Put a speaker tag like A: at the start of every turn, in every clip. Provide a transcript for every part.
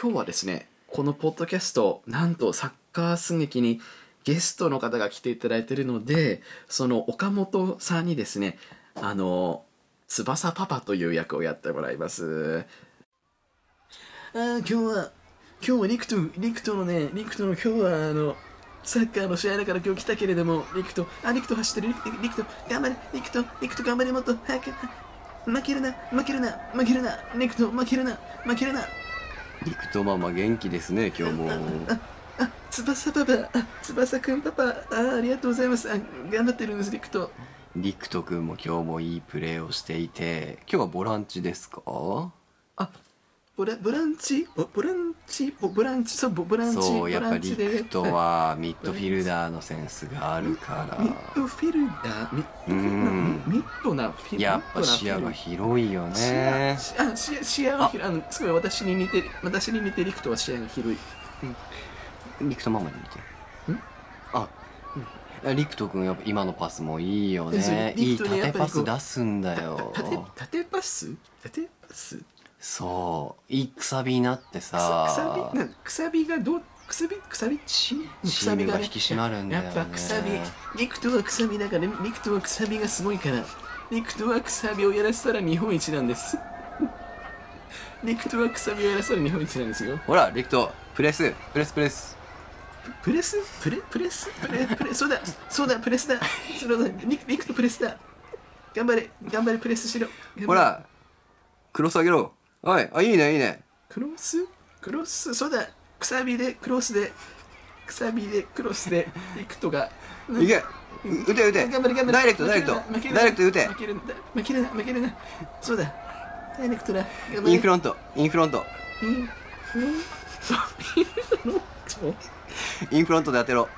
A: 今日はですねこのポッドキャストなんとサッカー寸劇にゲストの方が来ていただいているのでその岡本さんにですねあの翼パパという役をやってもらいますあー今日は今日はリクトリクトのねリクトの今日はあのサッカーの試合だから今日来たけれどもリクトあリクト走ってるリクリクト頑張れリクトリクト頑張れもっと早く負けるな負けるな負けるなリクト負けるな負けるな
B: リクとママ元気ですね今日も
A: あ翼パパあ翼くんパパあありがとうございますあ頑張ってるんですリクト
B: リクと君も今日もいいプレーをしていて今日はボランチですか
A: あボラボランチボボランチボボランチそうボボランチ
B: そうやっ
A: ボ
B: ぱ
A: ラン
B: リ
A: チで
B: クとはミッドフィルダーのセンスがあるか
A: ミッド
B: ら
A: フィルダーミッドフィルダー
B: うん
A: ミミッドなフィル
B: やっぱ視野が広いよね
A: 視野あ視野視野が広いあのすごい私に似てる私に似てリクトは視野が広い
B: リクとママに似てる
A: ん
B: あリクと君やっぱ今のパスもいいよね
A: そう
B: い
A: リ
B: い
A: クとね
B: 縦パス
A: やっぱりこう
B: 出すんだ
A: た
B: よ
A: た縦縦パス縦パス
B: そういいくさびになって
A: くさくさ
B: さ
A: びなくさびがどうくさびくさび
B: チ
A: く
B: チー
A: さび
B: ム
A: が
B: が
A: ね
B: 引き締まるんだよ
A: や
B: ね
A: っぱくさびリクトはくさびだからリクトはくさびがすごいからリクトはくさびをやらせたら日本一なんです リクトはくさびをやらせたら日本一なんですよ
B: ほら、リクト、プレス、プレスプレス。
A: プレスプレプレスプレプレそうだそうだプレスだそうだリリクトプレスだ頑張れ頑張れプレスしろ頑張れ
B: ほら、クロス上げろ。おい、あ、いいね、いいね。
A: クロスクロスそうだくさびでクロスでくさびでクロスでリクトが
B: いけ、う打て打て。
A: 頑張れ頑張れ
B: ダイレクト、ダイレクト。ダイレクト打て
A: 負。けるな負けるな負けるなそうだダイレクトだ頑張れ
B: インフロント、インフロント。
A: インインインフロント
B: インフロントで当てろ。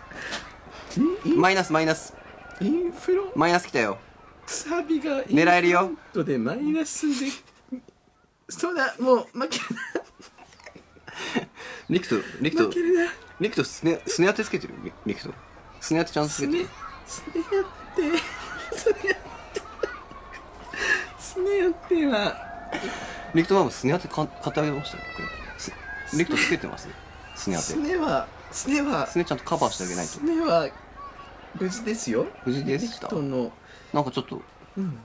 A: イン
B: マイナス、マイナス。
A: インフロン
B: マイナス来たよ。
A: くさびがイン
B: 狙えるよ
A: フロントでマイナスでそうだもう負ける
B: リクト、リク
A: な負
B: ト
A: け、るな
B: リクト、スネ、スネ当てつけてる。リリクト。スネ当てちゃんとつ
A: す
B: け
A: ね
B: て
A: や
B: る。
A: ってすねやってすねやっては
B: リクトママ、スネ当てか買ってあげましたよ。これスリクトつけてますスネ当
A: す
B: て。
A: ねはすねは
B: スネちゃんとカバーしてあげないと
A: す。ねは無事ですよ
B: 無事でし
A: リ
B: た
A: ク。トの、
B: なんかちょっと
A: うん、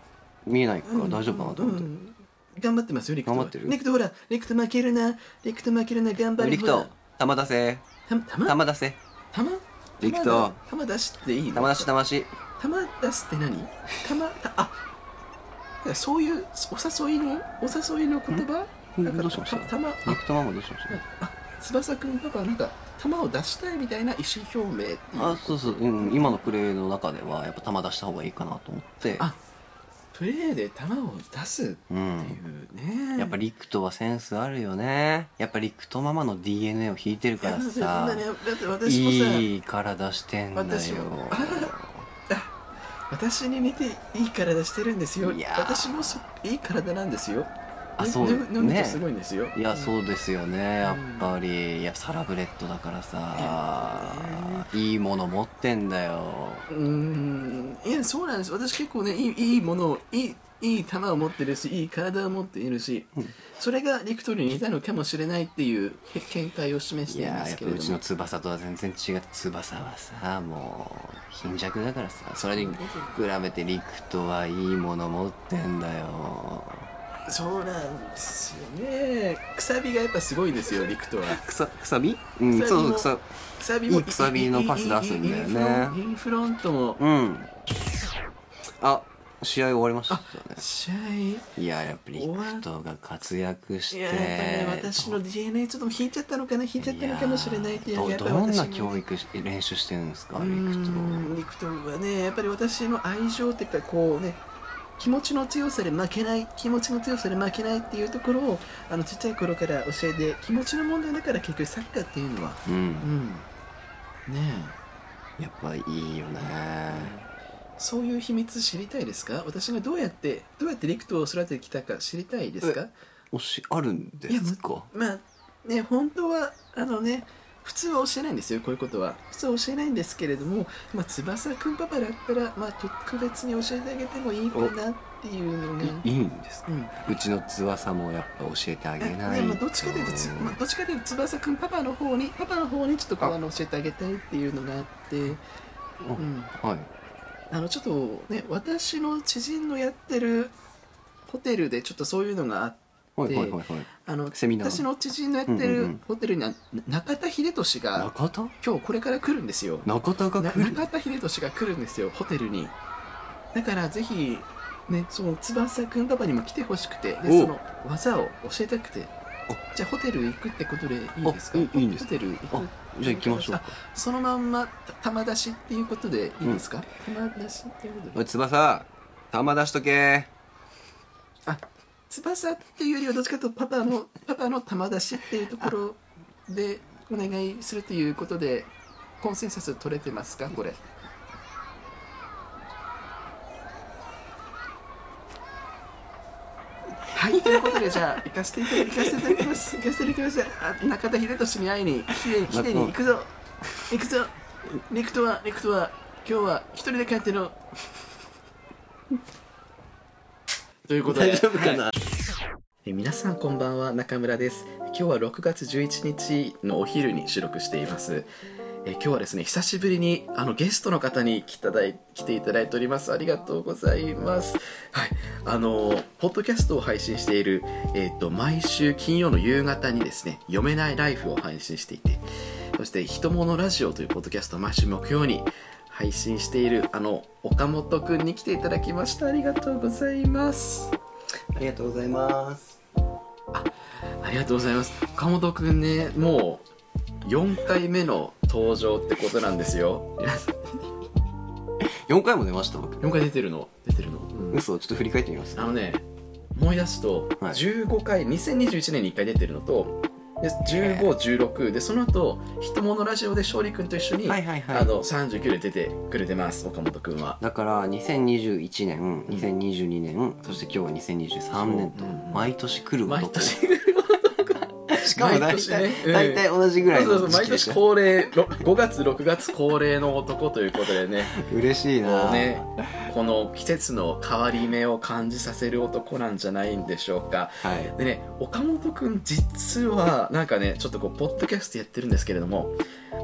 B: 見えないから大丈夫かなと思って
A: う。ん頑張ってますよリクトは
B: 頑張ってる
A: リクトほらリクト負けるなリクト負けるな頑張れ
B: リクト、玉出せ。
A: ほらたまたま
B: 玉出せ。
A: たま
B: リクト
A: 玉出しっていいの
B: 玉出し、玉出し。
A: 玉出すって何玉たあだからそういうお誘いのお誘いの言葉
B: ん
A: だから
B: どうしました
A: た玉あ
B: リクトママどうしました
A: あ翼くんパパなんか玉を出したいみたいな意思表明っていう
B: あ、そうそう、うん、今のプレーの中では、やっぱ玉出した方がいいかなと思って。
A: あプレーで玉を出すって
B: う
A: い
B: ん。
A: うね
B: やっぱリクトはセンスあるよね。やっぱリクトママの DNA を引いてる
A: い
B: か
A: や
B: ら
A: だってだっ
B: さ
A: て、だって私もさ
B: いい体してんだよ。
A: 私も私に似ていい体してるんですよ
B: いやー
A: 私もそいい体なんですよ
B: あ、
A: ね
B: そう
A: ね飲むと
B: ね。
A: すごいんですよ
B: いや、
A: う
B: そうですよね。やっぱり、いや、サラブレッドだからさ、いいもの持ってんだよ。
A: ーんいやそうなんです私結構ねいいいいものをいいいい球を持ってるしいい体を持っているし、それがリクトリーに似たのかもしれないっていうけ見解を示し
B: い
A: てい
B: や
A: ま
B: ーや
A: す
B: っ
A: け
B: ぱ
A: れど
B: う
A: も
B: ちの翼とは全然違って翼はさもう貧弱だからさそれに比べて陸とはいいもの持ってんだよ
A: そうなんですよねくさびがやっぱすごいんですよリクトは
B: くさくさびうん
A: くさびも
B: そうそうくさ
A: くさびも
B: いいくさびのパス出すんだよね
A: インフロンインフロントも
B: うんあ試合終わりましたね
A: 試合
B: いややっぱり陸とが活躍し
A: い
B: て
A: ややっぱね私の DNA ちょっと引いちゃったのかな引いちゃったのかもしれないっていうの
B: い
A: がやっ
B: やー
A: ぱ
B: ど
A: り
B: どん
A: 私
B: な
A: の
B: 教育し練習してるんですか
A: うーん
B: 陸
A: リクトはねやっぱり私の愛情っていうかこうね気持ちの強さで負けない気持ちの強さで負けないっていうところをあのちっちゃい頃から教えて気持ちの問題だから結局サッカーっていうのは
B: とう
A: うんんね
B: やっぱいいよね
A: えそういう秘密知りたいですか私がどうやってどうやってリクトを育ててきたか知りたいですか
B: 推しあるんで
A: いや
B: すか
A: まあね本当はあのね普通は教えないんですよこういうことは普通は教えないんですけれども、まあ、翼くんパパだったら、まあ、特別に教えてあげてもいいかなっていうのが、
B: いいいんですか
A: うん
B: うちの翼もやっぱ教えてあげない
A: でもどっちかというとつ、まあ、どっちかというと翼くんパパの方にパパの方にちょっとこう
B: あ
A: あの教えてあげたいっていうのがあって、うん、
B: はい
A: あのちょっとね私の知人のやってるホテルでちょっとそういうのがあって
B: はいはいはいはい
A: あの
B: セミナー
A: 私の知人のやって
B: うんうんう
A: る
B: ん
A: ホテルにはな中田英寿が
B: 中田
A: 今日これから来るんですよ
B: 中田が
A: な
B: 来る
A: 中田英寿が来るんですよホテルにだからぜひねその翼くんパパにも来てほしくてで
B: お
A: その技を教えたくてじゃあホテル行くってことでいいですか
B: あいいいいんです
A: ホテル行
B: あ
A: く
B: じゃあ行きましょう
A: あそのまんまた玉出しっていうことでいいですか、玉出しっていうこと
B: お
A: で
B: い翼玉出しとけ
A: あ翼っていうよりはどっちかというとパパのパパの玉出しっていうところでお願いするということでコンセンサス取れてますかこれはいということでじゃあ行かせていた行かせていただきます行かせていただきましたあ中田秀俊に会いにきれいにきれいに行くぞ行くぞ陸とは陸とは今日は一人で帰ってのということで
B: 夫かな
A: えー皆さんこんばんは中村です今日は6月11日のお昼に収録していますえー今日はですね久しぶりにあのゲストの方に来ただい来ていただいておりますありがとうございますはいあのーポッドキャストを配信しているえっ、と毎週金曜の夕方にですね読めないライフを配信していてそして「ひとものラジオ」というポッドキャストを毎週木曜に配信しているあの岡本くんに来ていただきましたありがとうございます
B: ありがとうございます
A: ありがとうございます。岡本くんね、もう4回目の登場ってことなんですよ。皆さん
B: 4回も出ました僕
A: 4回出てるの出てるの、
B: 嘘ちょっと振り返ってみます
A: あのね、思い出すと、
B: はい
A: 15回、2021年に1回出てるのと、で15、16、で、その後、ひとものラジオで勝利くんと一緒に、
B: はいはいはい
A: あの39で出てくれてます、岡本くんは。
B: だから2021年2022年、そして今日は2023年と
A: うん
B: 毎年来る
A: 毎
B: 男
A: 年、
B: しかも
A: 毎
B: 大
A: 年
B: 体、
A: ねうん
B: 大体同じぐらい
A: そう
B: の
A: そうそう毎
B: 時期でし
A: 年
B: ょ
A: 恒例、ろ5月、6月恒例の男ということでね。
B: 嬉しい
A: も
B: な、
A: うね、この季節の変わり目を感じさせる男なんじゃないんでしょうか。
B: はい
A: でね、岡本くん実はなんかね、ちょっとこうポッドキャストやってるんですけれども、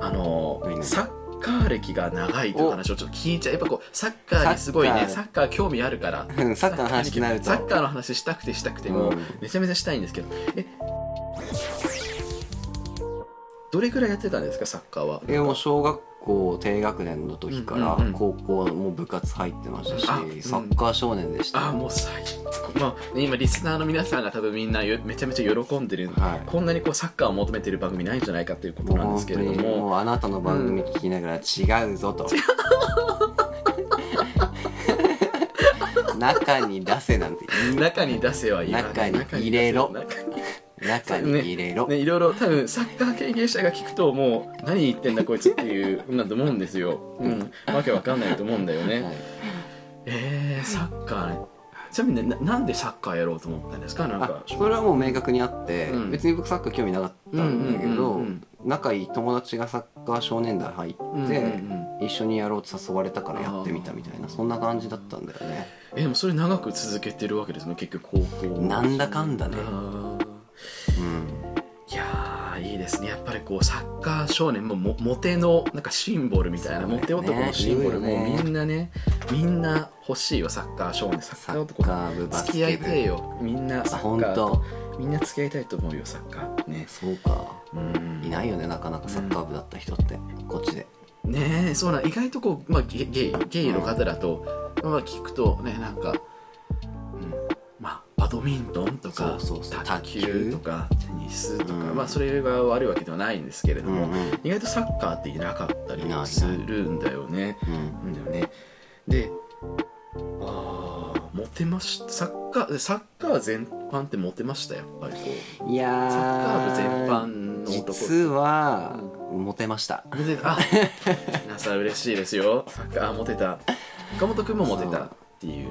A: あの
B: はいね
A: サッカー歴が長いという話をちょっと聞いちゃう。やっぱこうサッカーにすごいね、
B: サ
A: サッカー興味あるから。
B: うんサッカーの話になると
A: サッカーの話したくてしたくても、
B: うん
A: めちゃめちゃしたいんですけど、え。どれぐらいやってたんですかサッカーは。
B: えもう小学校低学年の時から
A: うんうんうん
B: 高校も部活入ってましたし、
A: あうん
B: サッカー少年でし
A: あ
B: た
A: ーもう最高、まあね、今リスナーの皆さんが多分みんなよめちゃめちゃ喜んでる、
B: はい
A: こんなにこうサッカーを求めてる番組ないんじゃないかということ
B: もう
A: なんで
B: 本
A: すけ
B: 当
A: れど
B: にも
A: も
B: うあなたの番組聞きながら違うぞと、中に出せなんて言い
A: 中に出せは言わない
B: 中に入れろ
A: 中に
B: 中に入れろ、
A: ねいろいろ多分サッカー経験者が聞くともう何言ってんだこいつっていうなんだと思うんですよ、うん、わけわかんないと思うんだよね、
B: はい
A: えー、サッカーねちなみにななんでサッカーやろうと思ったんですかなん
B: あ
A: か
B: それはもう明確にあって、
A: うん
B: 別に僕サッカー興味なかったんだけど、
A: うんうんうん
B: 仲いい友達がサッカー少年団入って、
A: うんうんうん
B: 一緒にやろうと誘われたからやってみたみたいなそんな感じだったんだよね
A: えでもそれ長く続けてるわけですね結局高校
B: なんだかんだね
A: あー
B: うん
A: いやーいいですねやっぱりこうサッカー少年ももモテのなんかシンボルみたいな、
B: そうだよね
A: モテ男のシンボル
B: 言うよ
A: も
B: ね
A: みんなねみんな欲しいよサッカー少年サッ
B: サ
A: カー
B: ッ
A: 男
B: カー部バス
A: 付き合
B: ケ
A: いたい
B: 部
A: よみんな
B: あ
A: サッ
B: 本
A: カー
B: 当
A: みんな付き合いたいと思うよサッカーね
B: そうか
A: うん
B: いないよねなかなかサッカー部だった人ってこっちで
A: ねえそうなん意外とこう、まあ、ゲゲイゲイの方だと、まあ、聞くとねなんか、うんまあ、バドミントンとか
B: そうそうそう
A: 卓
B: 卓
A: 球
B: 球
A: とかテニスとか、
B: うん
A: まあ、それが悪いわけではないんですけれど
B: うん
A: も、
B: うんうん
A: 意外とサッカーっていなかったり
B: いない
A: するんだよね。なんだよねでああモテましたサッカーサッカー全般ってモテましたやっぱりこう
B: いやー
A: サッカー部全般の男
B: 実はモテました
A: モテたあ皆さん嬉しいですよサッカーあモテた岡本君もモテたっていう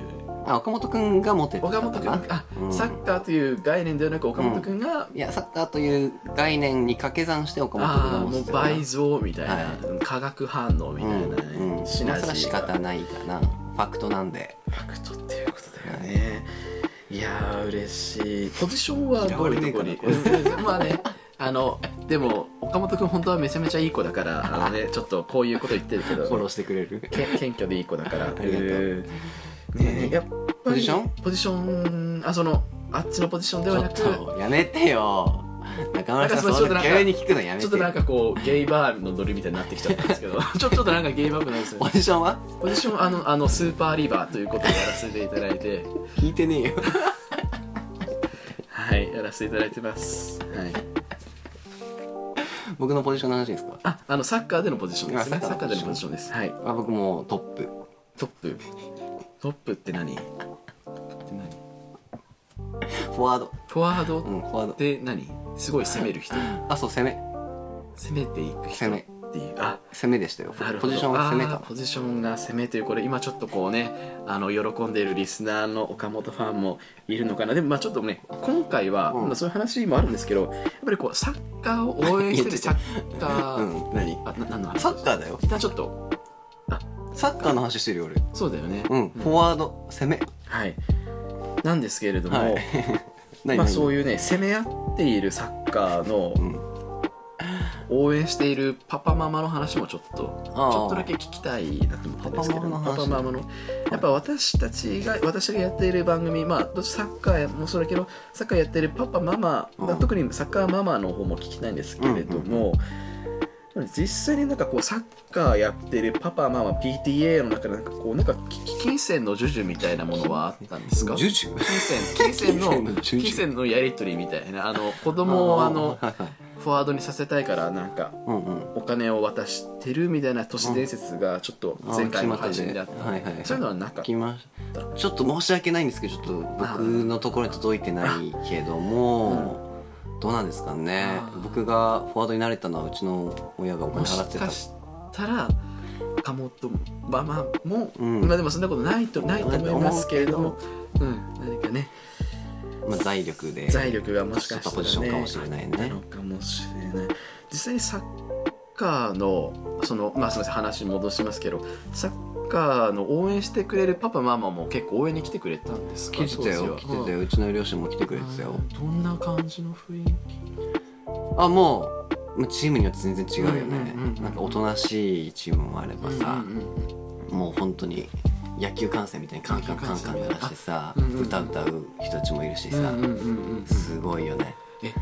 B: あ岡本くんが持ってた
A: 岡本君あ、
B: うん
A: サッカーという概念ではなく岡本君が、
B: いやサッカーという概念に掛け算して岡本くん
A: あ
B: が
A: あ
B: 持
A: も
B: っ
A: う
B: てた
A: 倍増みたいな、
B: は
A: 化学反応みたいなね、
B: うんうん、
A: シ
B: まあ
A: ナ
B: それは
A: ジ
B: 仕
A: ーが
B: 方ないかなファクトなんで
A: ファクトっていうことだよね、い、やー嬉しいポジションはどういうとこに
B: 嫌われね
A: まあねあのでも岡本君本当はめちゃめちゃいい子だからあのねちょっとこういうこと言ってるけど
B: フォローしてくれる
A: け謙虚でいい子だから。
B: ありがとう
A: うんねえやっぱり
B: ポジション
A: ポジションあそのあっちのポジションで
B: ちょ
A: はな
B: っ
A: くち
B: とやめてよ中
A: な
B: 村
A: ん
B: さ
A: か
B: ん
A: そう
B: そ
A: ちょっとなん
B: れ
A: か
B: 急に聞くのやめて
A: ょっとなんかこうゲイバーのノリみたいになってきちゃったんですけど ちょちょっとなんかゲイバーっぽくなんですよ
B: ポ
A: ね
B: ジションは
A: ポジションあのあのスーパーリバーということでやらせていただいて
B: 聞いてねえよ
A: はいやらせていただいてます、はい、
B: 僕のポジションの話ですか、
A: ああのサッカーでのポジションですね
B: あ
A: サ
B: サ
A: ッ
B: ッ
A: カ
B: カ
A: ー
B: ー
A: で
B: で
A: のポ
B: の
A: ジ
B: ポジ
A: ションですはい
B: あ、僕もうトップ
A: トップトップって何トップって何
B: フォワード
A: フォワード
B: うんフォワー
A: っ
B: ド
A: て何すごい攻める人
B: あそう攻め
A: 攻めていく人
B: 攻め
A: っていうあ
B: 攻めでしたよ
A: なるほ
B: ポ
A: ど
B: ジションは攻め
A: あー
B: か
A: ポジションが攻めというこれ今ちょっとこうねあの喜んでいるリスナーの岡本ファンもいるのかなでもまあちょっとね今回は、
B: うん
A: まあそういう話もあるんですけどやっぱりこうサッカーを応援して
B: い
A: る
B: や
A: サッカー、
B: うん何
A: あな何の話
B: サッカーだよ
A: 一旦ちょっと
B: サッカーの話してるよ俺
A: そうだよね、
B: うんフォワード攻め
A: はいなんですけれども、
B: はい何
A: まあ、
B: 何
A: そういうね攻め合っているサッカーの
B: うん
A: 応援しているパパママの話もちょっとち
B: あー
A: ょっとだけ聞きたいなと思ったんですけど
B: パパママの
A: パ
B: 話
A: パママのやっぱ私たちが私がやっている番組まあどっちサッカーもそうだけどサッカーやってるパパママ、
B: うん
A: まあ特にサッカーママの方も聞きたいんですけれども、実際になんかこうサッカーやってるパパママ PTA の中でなんかこうなんかき金銭の授受みたいなものはあったんですか
B: ジュジュ
A: 金銭金銭の
B: 金銭の授受
A: 金銭のやり取りみたいなあの子供をあの
B: はいはい
A: フォワードにさせたいからなんか
B: うんうん
A: お金を渡してるみたいな都市伝説がちょっと前回の配信であった
B: あー巷ではいはい
A: そういうのはなかっ
B: 聞きましたちょっと申し訳ないんですけどちょっと僕のところに届いてないけども、どうなんですかね
A: あー
B: 僕がフォワードになれたのはうちの親がお
A: たも
B: 金
A: し
B: 払ってた
A: かしたら岡本ママも、
B: うん
A: まあでもそんなことないとないと思いますけれども
B: ない、
A: うん、何かね
B: まあ、財力で
A: 財力がもしかしたら、ね、
B: ポジションかもしれないね
A: なのかもしれない実際にサッカーのそのまあすみません話戻しますけどサッカーの応援してくれるパパママも結構応援に来てくれたんですか
B: 来てたよ来てたようちの両親も来てくれてたよ
A: どんな感じの雰囲
B: あもうまあチームによって全然違うよね、
A: うんうんうん
B: なんかおとなしいチームもあれば
A: 気
B: さ、もう本当に野球観戦みたいにカンカンカンカン鳴らしてさ、
A: うんうんうん
B: 歌歌う人たちもいるしさ、
A: うんうんうんうん
B: すごいよね
A: え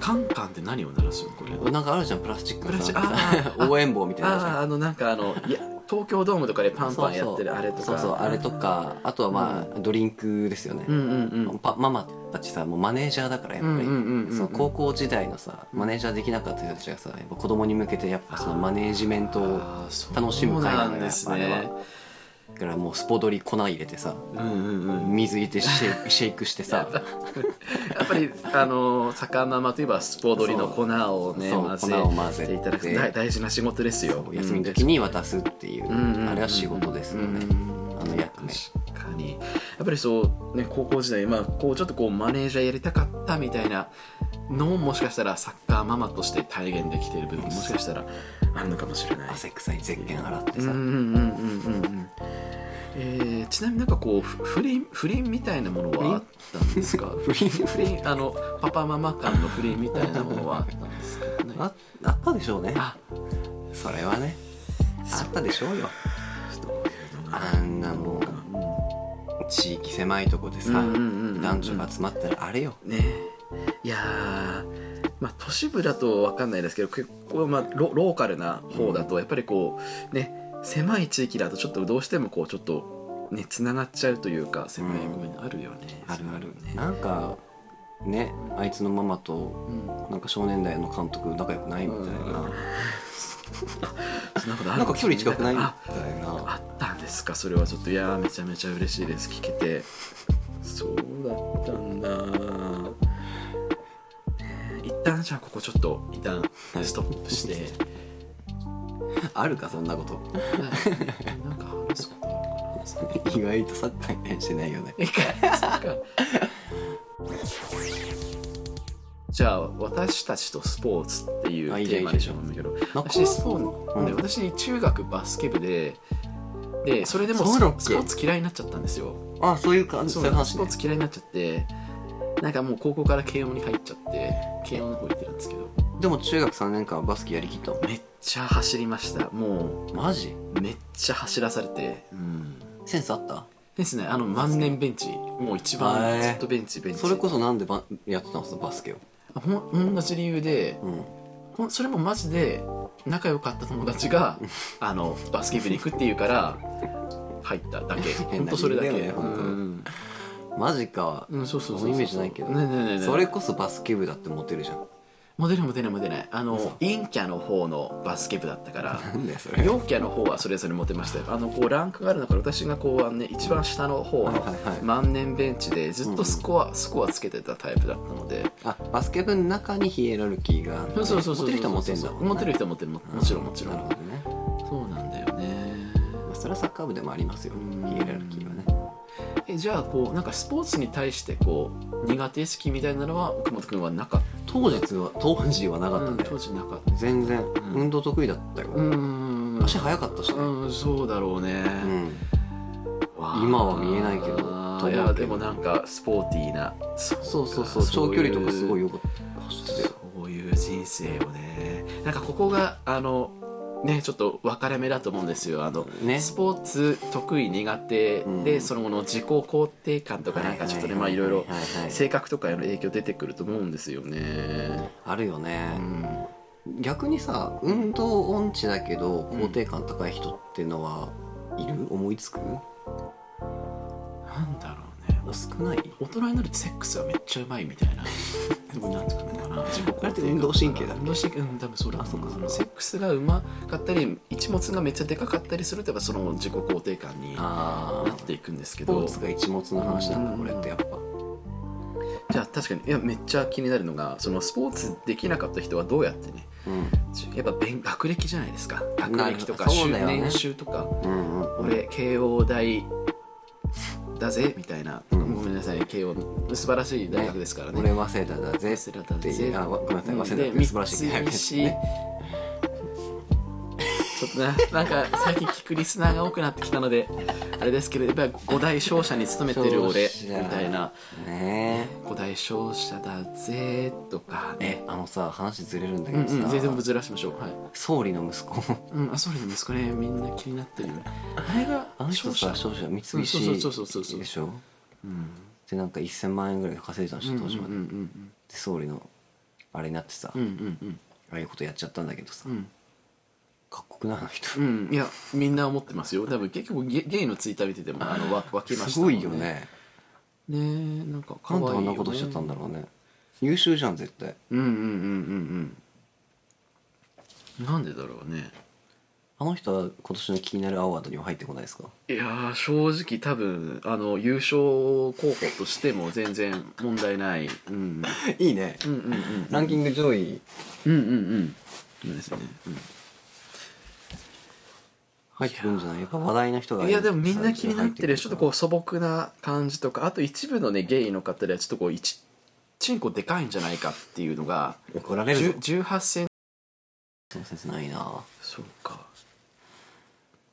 A: カンカンって何を鳴らすのこれ
B: なんかあるじゃんプラスチックの
A: プラスチッ
B: さ
A: クあー
B: 応援棒みたいなのあるじ
A: あああのなんかあの いや東京ドームとかでパ
B: ゃん
A: ンパンやってるあれとか
B: そうそうあれとかあとはまあ、ドリンクですよね、
A: うんうんうん
B: パママたちさもうマネージャーだからやっぱり、
A: うんうんうんうん
B: その高校時代のさマネージャーできなかった人たちがさやっぱ子供に向けてやっぱそのマネージメントを
A: あーそう
B: 楽しむ会な
A: なん
B: のよ
A: で
B: やっ
A: す
B: ぱあれは
A: ね
B: だからもうスポドリ粉入れてさ
A: うんうんうん
B: 水入れてシェイクシェイクしてさ
A: やっぱりあの魚生といえばスポードリの粉をね
B: そう
A: 混ぜ
B: 粉を混ぜ
A: て
B: て
A: いただく大大事な仕事ですよ。
B: 休みの時に渡すっていう、
A: うんうん
B: あれは仕事ですよね、
A: うん
B: あの役目
A: 確かにやっぱりそうね高校時代まあこうちょっとこうマネージャーやりたかったみたいなのももしかしたらサッカーママとして体現できている部分もしかしたらあるのかもしれない。
B: 汗臭い石鹸洗って
A: うん
B: さ、
A: うんうんうんうんうん。えー、ちなみになんかこうふ不倫不倫みたいなものはあったんです か？
B: 不倫
A: 不倫あのパパママ間の不倫みたいなもの はあったんですけどね
B: ああったでしょうね
A: あ
B: それはねあったでしょうよ
A: そういうのが
B: あんなもう地域狭いとこで
A: う
B: さ、
A: んうんうんうん
B: 男女が集まったらあれよ
A: ねえいやーまあ都市部だと分かんないですけど結構、まあ、ロローカルな方だとやっぱりこうね狭い地域だとちょっとどうしてもこうちょっとねつながっちゃうというか狭いごめんあるよね、
B: あるある
A: そういうのね
B: なんかねあいつのママと
A: うん
B: なんか少年代の監督仲良くないみたいな、
A: うんそんなことある
B: なんか距離近くないみ
A: あ
B: たいな
A: あったんですかそれはちょっといやーめちゃめちゃ嬉しいです聞けてそうだったんだねえ一旦じゃあここちょっと一旦
B: はい
A: ストップして、
B: あるかそんなこと
A: なんか話すことあるかな
B: 意外とサッカーに対してないよね
A: えかそっかじゃあ私たちとスポーツっていう
B: あいいじゃ
A: テ
B: ん
A: ーマでしょうんだけど
B: 中
A: 私
B: 野
A: スポーツ、
B: うん
A: ね私中学バスケ部ででそれでも
B: そう
A: ス
B: だ
A: ポ
B: っけ
A: スポーツ嫌いになっちゃったんですよ
B: あそういう感じ
A: そう
B: そういう
A: なんですス
B: 話
A: ポ
B: ね
A: ーツ嫌いになっちゃってなんかもう高校から慶応に入っちゃって慶応の方行ってるんですけど
B: でも中学3年間はバスケやりきったの
A: めっちゃ走りましたも
B: マジ
A: うめっちゃ走らされて
B: うんセンスあった
A: ですねあの万年ベンチもう一
B: へ
A: 番ず
B: ー
A: っとベンチベンチ
B: それこそなんでばやってたのそのバスケを
A: あほん同じ理由で
B: うん
A: ほんそれもマジで仲良かった友達があのバスケ部に行くっていうから入っただけ
B: 変
A: 本
B: な
A: 当それだけ
B: 理由だよね本当
A: うん
B: マジか
A: うん、そうそうそう
B: そのイメージないけど
A: ねえねえねえねえ
B: それこそバスケ部だってモテるじゃん
A: モデルモデルモデルあ
B: そう
A: の陰キャの方のバスケ部だったから
B: なんだよそれ
A: 陽キャの方はそれぞれモテましたよあのこうランクがある中で私がこうあの、ね、一番下の方
B: はい
A: の
B: はいはい
A: 万年ベンチでずっとスコア、スコアつけてたタイプだったので
B: あバスケ部の中にヒエラルキーがあって
A: そうそうそうそう
B: モテる人はモテるんだもんね
A: モテる人はモテるももちろんもちろ
B: なる
A: ん
B: ほどね
A: そうなんだよね
B: まあそれはサッカー部でもありますよ
A: うん
B: ヒエラルキーはね
A: えじゃあこうなんかスポーツに対してこう苦手意識みたいなのは奥本君はなかっ
B: 当日は当時はな
A: た、
B: かったね
A: 当時なかった
B: 全然
A: ん
B: 運動得意だったよ
A: うん
B: 足速かったしね
A: うんそうだろうね、
B: うん
A: わあ
B: 今は見えないけどどう
A: い
B: 思
A: や
B: うけ
A: で
B: ど
A: もなんかスポーティーなそ
B: そうそうそう長距離とかすごいよかった走ってたよ
A: そういう人生をねなんかここがあのねちょっと分かれ目だと思うんですよあの
B: ね
A: スポーツ得意苦手で、
B: うん
A: その後の自己肯定感とかなんかちょっとねまあいろいろ
B: はははい
A: 性格とかへの影響出てくると思うんですよね。
B: あるよ
A: う
B: ね
A: ん、
B: 逆にさ運動音痴だけど肯定感高い人ってのはいる思いつく
A: なんだろうね
B: 少ない
A: 大人になるとセックスはめっちゃうまいみたいなでもなんていうのかな自己肯定感
B: あれって運動神経だっけ
A: 運動神経うん多分そうだと思う
B: あそっかそっか
A: あのセックスがうまかったり一物がめっちゃでかかったりするとやっぱその自己肯定感にな
B: ああ
A: っていくんですけ
B: スポ
A: ど
B: ーツが一物の話なんだ
A: うん
B: これってやっぱ
A: じゃあ確かにいやめっちゃ気になるのがそのスポーツできなかった人はどうやってね
B: うん
A: やっぱ勉学歴じゃないですか学歴とか、
B: なるほどそうだよね
A: 年収とか
B: うんうん
A: 俺慶応大だぜみたいな、
B: うん
A: ごめんなさい慶応素晴らしい大学ですからね
B: 俺早稲田だぜ
A: 早稲田だ
B: っていう
A: ぜ
B: あわごめんなさい早稲田
A: で
B: って素晴らしい大学です
A: 三
B: ね
A: ちょっとななんか最近聞くリスナーが多くなってきたのであれですけどやっぱり五大商社に勤めてる俺
B: 商社
A: みたいな
B: ね
A: 五大商社だぜとか
B: ええ
A: ね
B: あのさ話ずれるんだ
A: う
B: け
A: んう
B: どさ、
A: ん全然ずらしましょうはい
B: 総理の息子
A: うんあ総理の息子ねみんな気になってるよねあれが
B: あの人
A: 商
B: さ
A: 社
B: 商社三菱
A: うんそうそうそうそうそう
B: でしょ
A: うん
B: でなんか1000万円ぐらい稼いだんでし
A: う
B: ょ
A: んうん
B: 当
A: うん
B: 時
A: う
B: まで,、
A: ん
B: で総理のあれになってさ、
A: うんうんうん
B: ああいうことやっちゃったんだけどさ、
A: うん
B: かっこくないあの人、
A: うん、いやみんな思ってますよ多分結局ゲゲイのツイッター見ててもあ のわ分けました
B: す
A: も
B: ご
A: ん
B: いよね
A: ねえなんか可
B: な
A: 愛
B: ん
A: い
B: で
A: よ、ね、
B: あんなことしちゃったんだろうね優秀じゃん絶対
A: うんうんうんうんうんなんでだろうね
B: あの人は今年の気になるアワードには入ってこないですか
A: いやー正直多分あの優勝候補としても全然問題ない、うん、
B: いいね
A: うんうんうん
B: ランキング上位
A: うんうんうんそうですね、
B: 入ってくるんじゃないやっぱ話題の人
A: う
B: が
A: ん、いやでもみんな気になってる
B: 最
A: ち
B: 近
A: ょっとこう素朴な感じとかあと一部のねゲイの方ではちょっとこういちチンコでかいんじゃないかっていうのが
B: 怒られるぞ
A: 18セン
B: その切ないな
A: そうか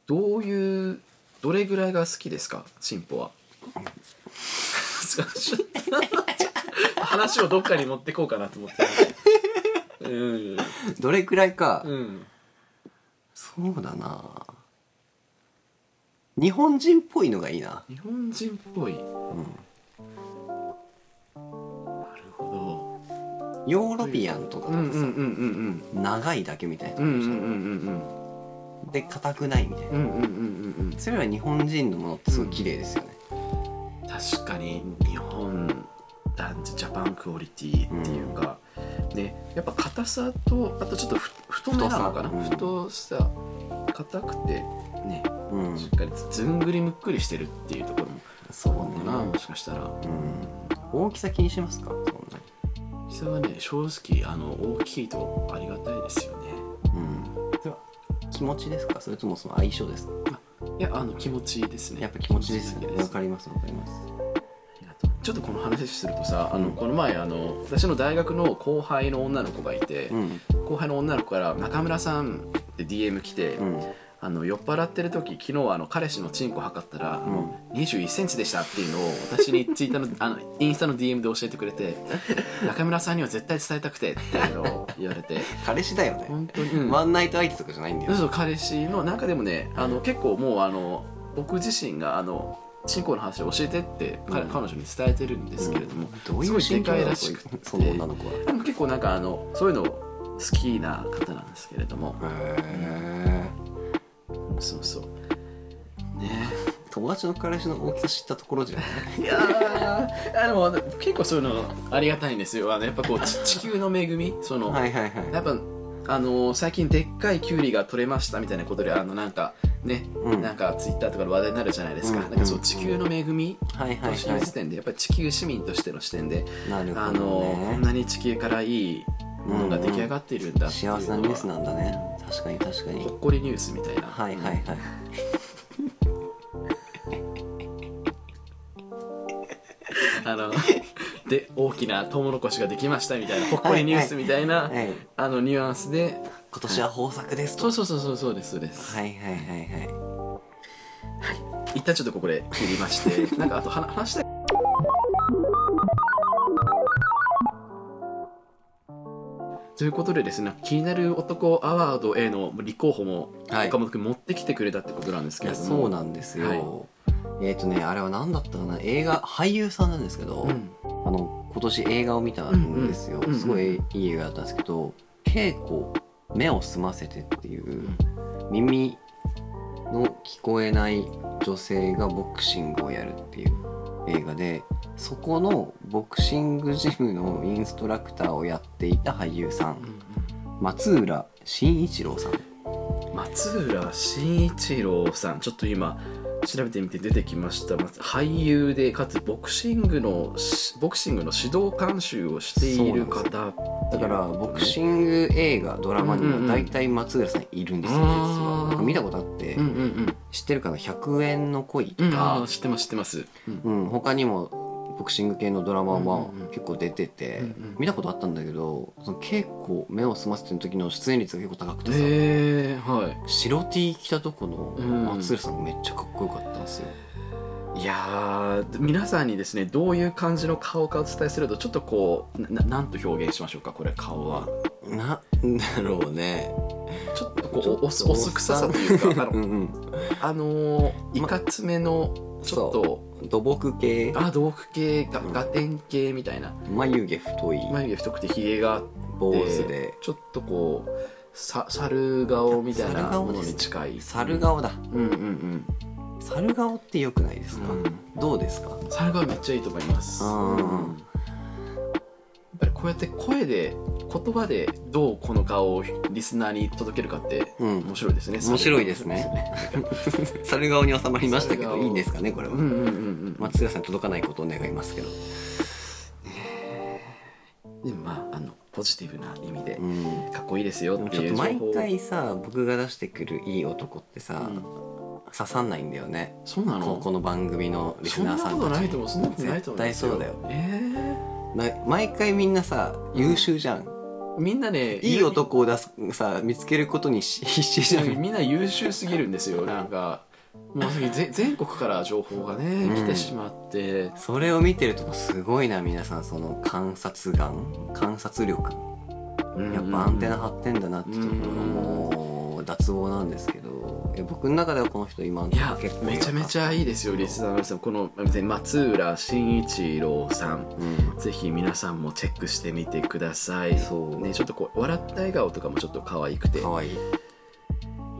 A: どういうどれぐらいが好きですかチンポは 話をどっかに持ってこうかなと思ってうん
B: どれくらいか、
A: うん
B: そうだな日本人っぽいのがいいな
A: 日本人っぽいなる
B: うん
A: ほ
B: ヨーロピアンとか
A: ど
B: だとさ
A: うん
B: 長いだけみたいな
A: うんうんうんうん
B: で硬くないみたいな
A: うんうんうんうんうん
B: それよりは日本人のものってすごい綺麗ですよね
A: 確かに日本男子ジャパンクオリティっていうか、ねやっぱ硬さとあとちょっとふ太めなのかな
B: 太さ
A: 太さ硬くてね
B: うん
A: しっかりずずんぐりむっくりしてるっていうところも
B: そう
A: あるのかな、もしかしたら
B: ねうん大きさ気にしますかそんな
A: 膝はね正直あの大きいとありがたいですよね
B: にうんそれは気持ちですかそれともその相性ですか
A: いやあの気持ちいいですね
B: やっぱ気持ちいいですね
A: 気持ちいい
B: わかりますわかります
A: ちょっとこの話するとさあの、この前あの私の大学の後輩の女の子がいて、
B: うん
A: 後輩の女の子から「中村さん」って DM 来て、
B: うん
A: あの酔っ払ってる時昨日はあの彼氏のチンコ測ったら、あの21センチでしたっていうのを私にツイッターのあのインスタの DM で教えてくれ て「中村さんには絶対伝えたくて」っていうのを言われて
B: 彼氏だよね
A: 本当に、うん
B: ワンナイト相手とかじゃないんだよ
A: そうそう彼氏のなんかでもねあの結構もうあの僕自身があのチンコの話を教えてって彼,、
B: うん
A: 彼女に伝えてるんですけれども、
B: どういう
A: すごいで
B: 心
A: か
B: 境
A: い
B: だ
A: ら
B: ろ
A: しくて
B: その女の子は
A: でも結構なんかあのそういうの好きな方なんですけれども
B: へえ
A: そうそうね
B: 友達の彼氏の大きさ知ったところじゃない
A: いやーあでも結構そういうのありがたいんですよあのやっぱこうち地球の恵みその、
B: はいはいはい
A: やっぱあの最近でっかいキュウリが取れましたみたいなことであのなんかね、
B: うん
A: なんかツイッターとかで話題になるじゃないですか、
B: うん
A: なんかそう地球の恵み
B: はいはい
A: という視
B: は
A: 点でやっぱり地球市民としての視点で、
B: いなる
A: あ
B: ほ
A: のこ
B: ど
A: ん
B: ね
A: なに地球からいいものが出来上がっているんだっていうのは
B: 幸せなニュースなんだね確かに確かに
A: ほっこりニュースみたいな
B: はいはいはい
A: あので大きなトウモロコシができましたみたいなほっこりニュースみたいな、
B: はい
A: あのニュアンスで
B: 今年は豊作です
A: そ
B: と
A: うそうそうそうそうですそうです、
B: はいはいはいは
A: 一旦ちょっとここで切りま してなんかあと話話したいということでですね気になる男アワードへの立候補も
B: はい
A: 岡本君持ってきてくれたってことなんです
B: いい
A: けれ
B: や
A: ども、
B: そうなんですよえっとねあれは何だったかな映画俳優さんなんですけど
A: うん
B: あの今年映画を見たんですよ
A: うんうん
B: すごいいい映画だったんですけど「稽古目を澄ませて」っていう耳の聞こえない女性がボクシングをやるっていう映画でそこのボクシングジムのインストラクターをやっていた俳優さ
A: うんん
B: 松浦慎一郎さん
A: うん松浦慎一郎さんちょっと今調べてみて出てきましたまず俳優でかつボクシングのしボクシングの指導監修をしている
B: そう
A: 方
B: だからボクシング映画ドラマに
A: うんう
B: は
A: ん
B: 大体松浦さんいるんですよ、
A: あ
B: 実
A: ー
B: は僕見たことあって、
A: うんうんうん
B: 知ってるかな「100円の恋」
A: う
B: と
A: ん、あ
B: か
A: ー、知ってます知ってます、うん
B: うん他にもボクシング系のドラマは
A: うんうんうん
B: 結構出てて、
A: うんうん
B: 見たことあったんだけどその結構目を澄ませてる時の出演率が結構高くてさ、
A: へえは
B: 白 T 着たとこ
A: うん
B: の松浦さんがめっちゃかっこよかったんですよ、
A: いいやー皆さんにですねどういう感じの顔かお伝えするとちょっとこうななんと表現しましょうかこれ顔は
B: なんだろうね
A: ちょっと
B: ちょ
A: こ
B: っ
A: う
B: と
A: お酢お酢臭さというかあ
B: う
A: の、
B: んうん
A: あのーいかつめのちょっと
B: 土木系
A: あ洞窟系が
B: うん
A: ガテン系みたいな
B: 眉毛太い
A: 眉毛太くてひげがあって
B: 坊主で
A: ちょっとこうさ猿顔みたいな
B: 猿顔
A: も
B: です
A: のに近い
B: 猿顔だ
A: うんうんうん
B: 猿顔って良くないですか、
A: うん
B: どうですか
A: 猿顔めっちゃいいと思います
B: うん
A: やっぱりこうやって声で言葉でどうこの顔をリスナーに届けるかって
B: うん
A: 面白いですね
B: 面白いですね猿顔に収まりましたけど
A: 猿顔
B: いいんですかねこれ
A: う
B: は、
A: んうんうんうん
B: 松浦さんに届かないことを願いますけど、
A: でもまああのポジティブな意味で
B: うん、で
A: かっこいいですよ
B: も
A: って
B: ちょっ
A: い
B: と
A: う情
B: 毎
A: 報を
B: 回さ僕が出してくるいい男っ
A: う
B: てさ、
A: ん
B: 刺さんないんだよね
A: そうな
B: こ
A: の
B: この番組のリス
A: そん
B: ナ
A: な
B: ーさん
A: こと
B: た
A: ない
B: ち
A: と思うそんなことないと思う
B: 絶対そうだよ
A: ええ
B: な毎回みんなさ優秀じゃん、
A: みんなね
B: いい男を出すさ見つけることにし 必死じゃん
A: みんな優秀すぎるんですよなんかもうぜ 全国から情報がね
B: うん
A: 来てしまって、
B: それを見てるとすごいな皆さんその観察眼観察力やっぱアンテナ張ってんだなってところがもう脱帽なんですけどいや僕の中ではこの人今の
A: い
B: とこ
A: や
B: ろ結構
A: めちゃめちゃいいですよリスナーの皆さんこの松浦慎一郎さん
B: うん
A: ぜひ皆さんもチェックしてみてください
B: そう
A: ねちょっとこう笑った笑顔とかもちょっと可愛くて
B: 可愛い
A: い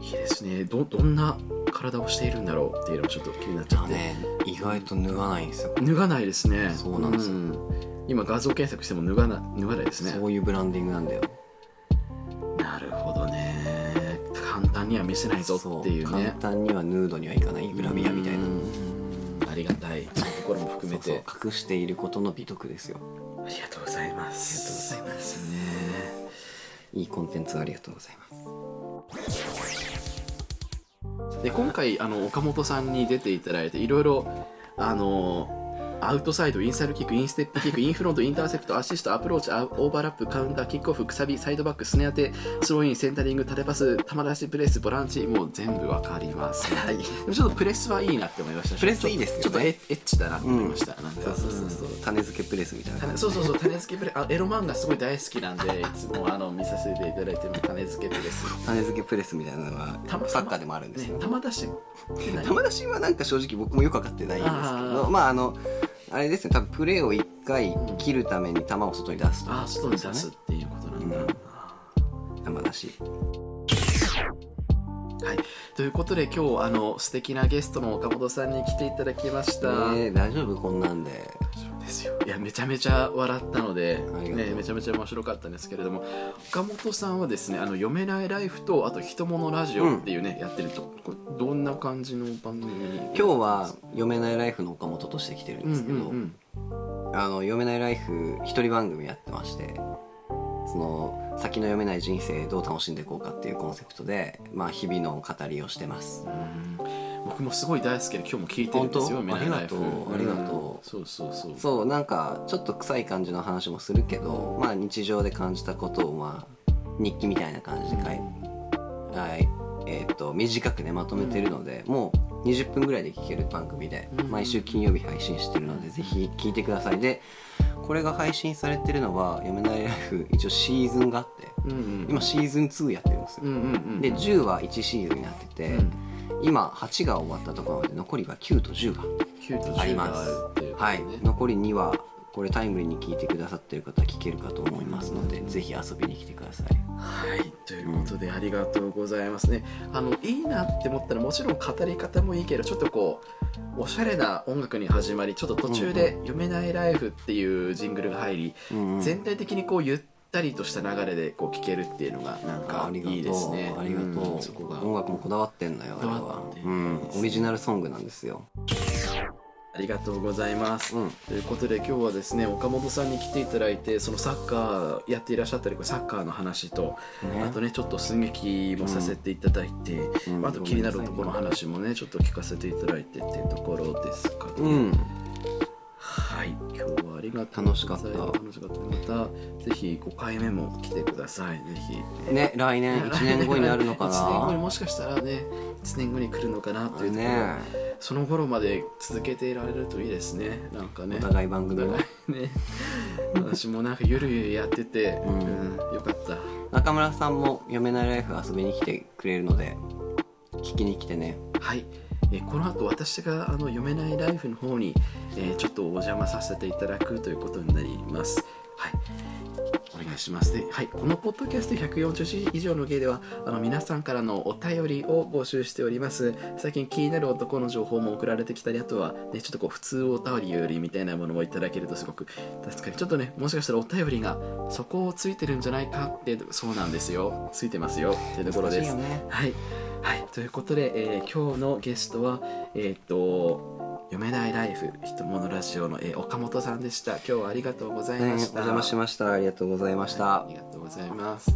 A: いですねどどんな体をしているんだろうっていうのもちょっと気になっち
B: じ
A: ゃ
B: ゃ
A: っ
B: あ
A: て、
B: ね意外と脱がないんですよ
A: 脱がないですね
B: そうなんですよ
A: ん今画像検索しても脱がな脱がないですね
B: そういうブランディングなんだよ
A: なるほどね簡単には見せないぞっていう
B: そう簡
A: ね
B: 単にはヌードにはいかないグラビアみたいな
A: うんありがたいそういうところも含めて
B: そうそう隠していることの美徳ですよ
A: ありがとうございますありがとうございますね
B: いいコンテンツありがとうございます
A: で今回あの岡本さんに出ていただいていろいろあのアウトサイドインサイドキックインステップキックインフロントインターセプトアシストアプローチアオーバーラップカウンターキックオフくさびサイドバックすね当てスローインセンタリング縦パス球出しプレスボランチもう全部わかります、はい、でもちょっとプレスはいいなって思いました
B: プレスいいですよね
A: ちょっとエエッチだなって思いました、なんか
B: 種付けプレスみたいな
A: 種そうそうそう種付けプレスあエロ漫画すごい大好きなんでいつもあの見させていただいてる種付けプレス
B: 種付けプレスみたいなのは
A: た
B: サッカーでもあるんですよ、
A: ね玉出しって何
B: 玉出しはなんか正直僕もよく分かってないんですけど
A: あー
B: まああのあれですね多分プレーを1回切るために球を外に出すと
A: あ外に出すっていうことなんだ、
B: うん球出し
A: ということで今日あの素敵なゲストの岡本さんに来ていただきました、
B: ね大丈夫こんなんで
A: ですよいやめちゃめちゃ笑ったので
B: あ、りがとう
A: ね、めちゃめちゃ面白かったんですけれども岡本さんはですねあの読めないライフとあと「ひとものラジオ」っていうね、やってるとこれどんな感じの番組に
B: 今日は「読めないライフ」の岡本として来てるんですけ
A: う
B: ど、
A: んうんうん
B: あの読めないライフ一人番組やってましてその先の読めない人生どう楽しんでいこうかっていうコンセプトで、まあ、日々の語りをしてます
A: うん僕もすごい大好きで今日も聞いてるんですよ読
B: 本当
A: めないライフ
B: ありがとうありがとうん
A: そうそうそう
B: そうなんかちょっと臭い感じの話もするけど、まあ、日常で感じたことを、まあ、日記みたいな感じで書いはいえー、と短くねまとめてるので、もう20分ぐらいで聴ける番組で、
A: うん
B: 毎週金曜日配信してるので、ぜひ聴いてくださいでこれが配信されてるのは「読めないライフ」一応シーズンがあって
A: うんうん
B: 今シーズン2やってるんですよ
A: う、んうんうん
B: で10は1シーズンになってて、
A: うん
B: 今8が終わったところなので残りが9と10が
A: 9と
B: あり
A: 10
B: ます
A: があるっていうことね
B: はい、残り2はこれタイムリーに聞いてくださってる方は聞けるかと思いますのでぜひ遊びに来てください
A: はい、ということでありがとうございますね。あのいいなって思ったらもちろん語り方もいいけどちょっとこうおしゃれな音楽に始まりちょっと途中で「読めないライフ」っていうジングルが入り、
B: うんうん
A: 全体的にこうゆったりとした流れでこう聴けるっていうのがなん
B: あ
A: か
B: ありがとう
A: いいですね。
B: ありがとう、
A: んそこが
B: 音楽もこだわってんのよあれ
A: こだわ
B: は
A: っ、てる
B: うん、オリジナルソングなんですよ、
A: ありがとうございます。
B: うん、
A: ということで今日はですね岡本さんに来ていただいてそのサッカーやっていらっしゃったりサッカーの話とあとねちょっと寸劇もさせていただいて、
B: うん
A: あと気になるところの話もねちょっと聞かせていただいてっていうところですかね、
B: うん
A: はい今日はありがとう
B: 楽しかった
A: 楽しかったまたぜひ5回目も来てくださいぜひ
B: ね来年1年後になるのか
A: 1年後に
B: な
A: もしかしたらね1年後に来るのかなというところ、
B: ね
A: その頃まで続けていられるといいですねなんかね
B: お互い番組を
A: お互いね 私もなんかゆるゆるやってて、
B: う
A: うんんよかった
B: 中村さんも「読めないライフ」遊びに来てくれるので聞きに来てね
A: はい、えーこの後私があの読めないライフの方に、えーちょっとお邪魔させていただくということになります。はいお願いしますで、はい、このポッドキャスト140以上の芸ではあの皆さんからのお便りを募集しております最近気になる男の情報も送られてきたりあとは、ね、ちょっとこう普通お便りよりみたいなものもいただけるとすごく確かにちょっとねもしかしたらお便りがそこをついてるんじゃないかってそうなんですよついてますよっていうところです
B: 難しいよね
A: はい、はい、ということで、えー今日のゲストはえーっ、と「読めないライフひとものラジオの」えー岡本さんでした今日はありがとうござい
B: ねお
A: ました、
B: 邪魔しましたありがとうございました、
A: ありがとうございます